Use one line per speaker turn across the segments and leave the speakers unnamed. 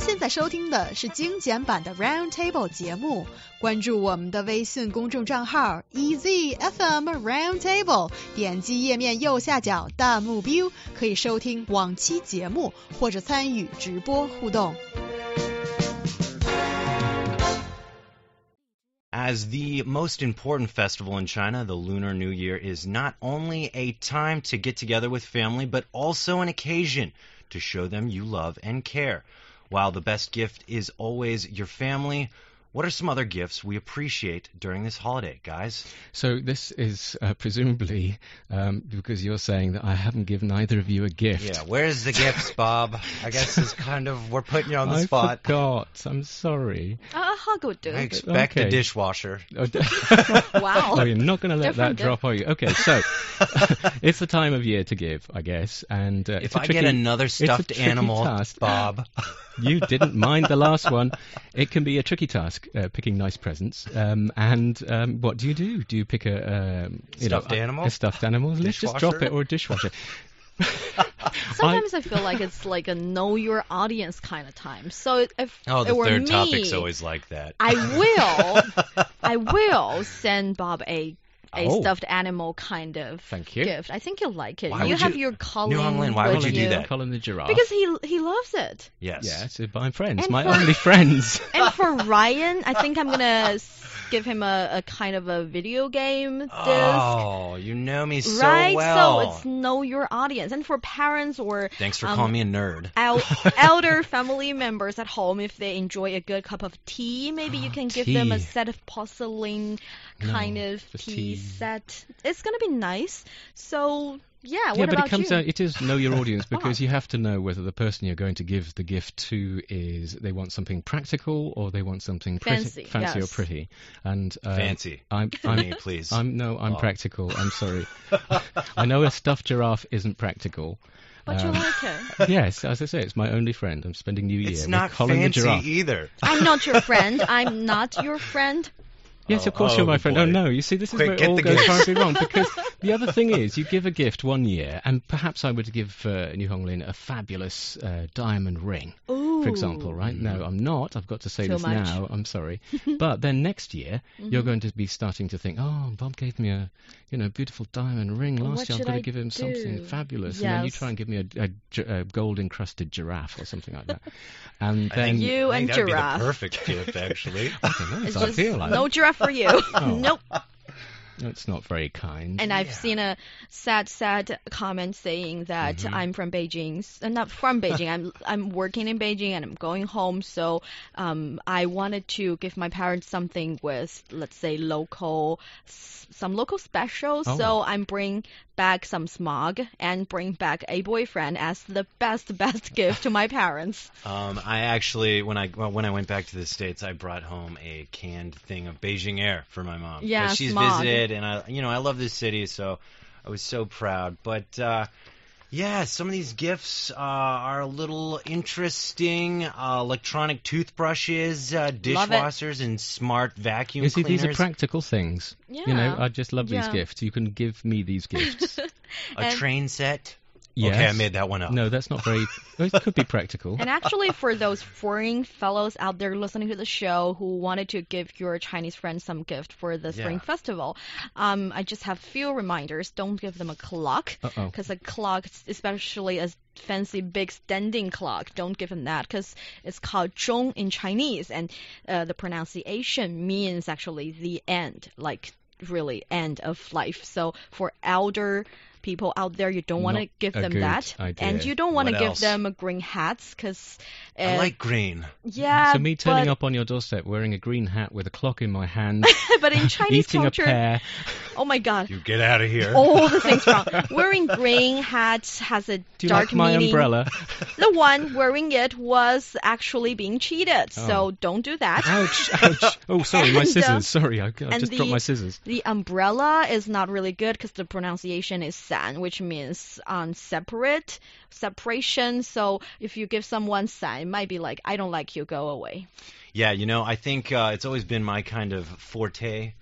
现在收听的是精简版的 Round Table 节目，关注我们的微信公众账号 E EZFM Round Table，点击页面右下角弹幕 view，可以收听往期节目或者参与直播互动。
As the most important festival in China, the Lunar New Year is not only a time to get together with family, but also an occasion to show them you love and care. While the best gift is always your family, what are some other gifts we appreciate during this holiday, guys?
So this is uh, presumably um, because you're saying that I haven't given either of you a gift.
Yeah, where's the gifts, Bob? I guess it's kind of we're putting you on the
I
spot.
forgot. I'm sorry.
Uh, hug would do.
I expect a
Okay.
dishwasher.
Oh, d-
Wow.
Oh, you're not going to let that
Different,
drop, are you? Okay, so it's the time of year to give, I guess. And uh,
If
it's a
I
tricky,
get another
a
stuffed
tricky
animal,
task.
Bob.
you didn't mind the last one. It can be a tricky task uh, picking nice presents. Um, and um, what do you do? Do you pick a um, you know,
Stuffed
a-
animal?
A stuffed animal. Let's just drop
Dishwasher?
it or a dishwasher.
Sometimes I, feel like it's like a know your audience kind of time. So if
Oh, the
it were
third
me,
topic's always like that.
I will, I will send Bob a a
Oh.
stuffed animal kind of
Thank you.
gift. I think he'll like it.
Why
you
would
have
you-
your Colin.
Honglan, why would
with
you do that?
Colin the giraffe.
Because he he loves it.
Yes.
Yes, it's my friends,
And
my
for- Uh,
only friends.
And for Ryan, I think I'm gonna s- give him a, a kind of a video game disc.
Oh, you know me so
right?
well.
So it's know your audience. And for parents or
Thanks for
um,
calling me a nerd.
el- elder family members at home, if they enjoy a good cup of tea, maybe
Ah,
you can give them a
Tea.
set of porcelain kind of
the
tea,
tea.
set. It's gonna be nice. So yeah,
yeah,
what
but
about
it comes
you? Ah.
down. It is know your audience because you have to know whether the person you're going to give the gift to is they want something practical or they want something pretty,
Fancy,
fancy
yes.
or pretty. And um,
Fancy. Oh.
I'm,
Me,
I'm,
please.
I'm no, I'm practical. I'm sorry. I know a stuffed giraffe isn't practical.
But you
um,
like it.
Yes, as I say, it's my only friend. I'm spending New Year
it's
with
not
Colin the
fancy
giraffe.
either.
I'm not your friend. I'm not your friend.
Yes, of course
Oh,
you're my
good
friend.
boy.
Oh no, you see, this
Quick,
is where
get
it all
the
goes
gifts.
horribly wrong because the other thing is, you give a gift one year, and perhaps I would give uh, New Honglin a fabulous uh, diamond ring, for example. Right? No, I'm not. I've got to say
Too
this
much. Mm-hmm.
now. I'm sorry, but then next year you're going to be starting to think, oh, Bob gave me a, you know, beautiful diamond ring last
What
year. I've
should
got
I
to give him
do?"
something fabulous, and then you
Yes.
try and give me a, a gi- a gold encrusted giraffe or something like that, and
I think-
then.
You
I think
and
that'd
giraffe.
Be the perfect gift, actually.
Okay, well,
It's
I
just
feel like
no giraffe for you. Nope.
it's not very kind.
And I've
Yeah.
seen a sad, sad comment saying that
Mm-hmm.
I'm from Beijing, uh, not from Beijing. I'm I'm working in Beijing and I'm going home. So um, I wanted to give my parents something with, let's say, local, s- some local special. So
Oh.
I'm bring back some smog and bring back a boyfriend as the best, best gift to my parents.
Um, I actually, when I well, when I went back to the states, I brought home a canned thing of Beijing Air for my mom. 'Cause
Yeah,
she's
smog.
visited, and I, you know, I love this city, so I was so proud. But uh, yeah, some of these gifts uh, are a little interesting. Uh, electronic toothbrushes, uh, dishwashers, and smart vacuum
You see,
cleaners.
these are practical things. You know,
Yeah.
I just love
Yeah.
these gifts. You can give me these gifts.
a
and-
train set.
yes.
Okay, I made that one up.
No, that's not very. well, it could be practical.
And actually, for those foreign fellows out there listening to the show who wanted to give your Chinese friends some gift for the Spring
Yeah.
Festival, um, I just have few reminders. Don't give them a clock,
Uh-oh.
because a clock, especially a fancy big standing clock, don't give them that, because it's called zhong in Chinese, and uh, the pronunciation means actually the end, like really end of life. So for elder people out there, you don't want to
Not
give
a
them
good
that, and
idea.
you don't want to
What
give
else?
them green hats, because
I like green.
yeah.
so me turning
but,
up on your doorstep wearing a green hat with a clock in my hand,
but in Chinese
eating
culture,
a pear.
oh my god,
You get out of here.
all the things wrong. Wearing green hat has a
Do you
dark
like my
meaning.
umbrella?
The one wearing it was actually being cheated, so don't do that.
ouch! Ouch! Oh, sorry, my
And, uh,
scissors. sorry, I, I just
the-
dropped my scissors.
The umbrella is not really good because the pronunciation is san, which means um, separate, separation. So if you give someone san, it might be like, I don't like you, go away.
Yeah, you know, I think uh, it's always been my kind of forte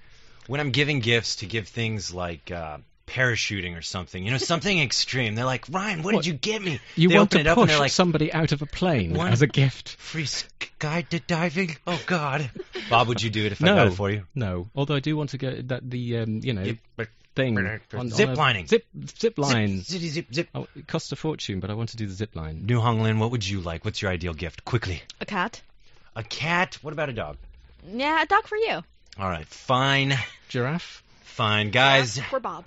when I'm giving gifts to give things like uh, parachuting or something. You know, something extreme. They're like, Ryan, what,
What?
did you get me?
You
they
want
open
to
it up and
push
they're like,
somebody out of a plane
One-
as a gift?
free guide to diving? Oh, God. Bob, would you do it if
No.
I got it for you?
No, although I do want to go that the um, you know
Zip-
thing
zip
on-
zip
on a-
lining.
zip zip line.
Zip, zip, zip.
Oh, it costs a fortune, but I want to do the zip line.
New Honglin, what would you like? What's your ideal gift? Quickly.
A cat?
A cat? What about a dog?
Yeah, a dog for you.
All right, fine.
Giraffe.
Fine. Guys,
Yeah, for Bob.